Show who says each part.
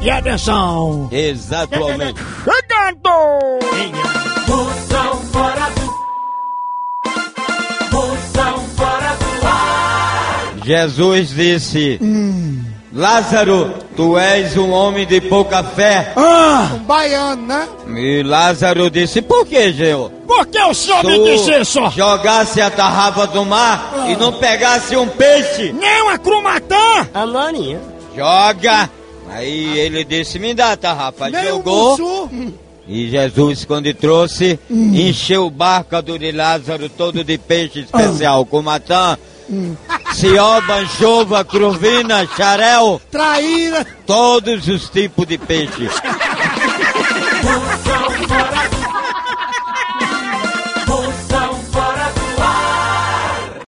Speaker 1: E atenção!
Speaker 2: Exatamente.
Speaker 1: Chegando!
Speaker 3: Moção fora do Moção fora do ar.
Speaker 2: Jesus disse: Lázaro, tu és um homem de pouca fé.
Speaker 1: Ah!
Speaker 4: Um baiano, né?
Speaker 2: E Lázaro disse: Por que, Geo?
Speaker 1: Por que o senhor me disse isso?
Speaker 2: jogasse a tarrafa do mar e não pegasse um peixe,
Speaker 1: Não, a Crumatã!
Speaker 5: A maninha.
Speaker 2: joga. Aí ele disse: Me dá a tarrafa.
Speaker 4: Nem um
Speaker 2: Jogou.
Speaker 4: buçu.
Speaker 2: E Jesus, quando trouxe, encheu o barco do de Lázaro todo de peixe especial, com matã, cioba, anchova, cruvina, xarel,
Speaker 4: Traíra.
Speaker 2: todos os tipos de peixe.
Speaker 3: Moção fora do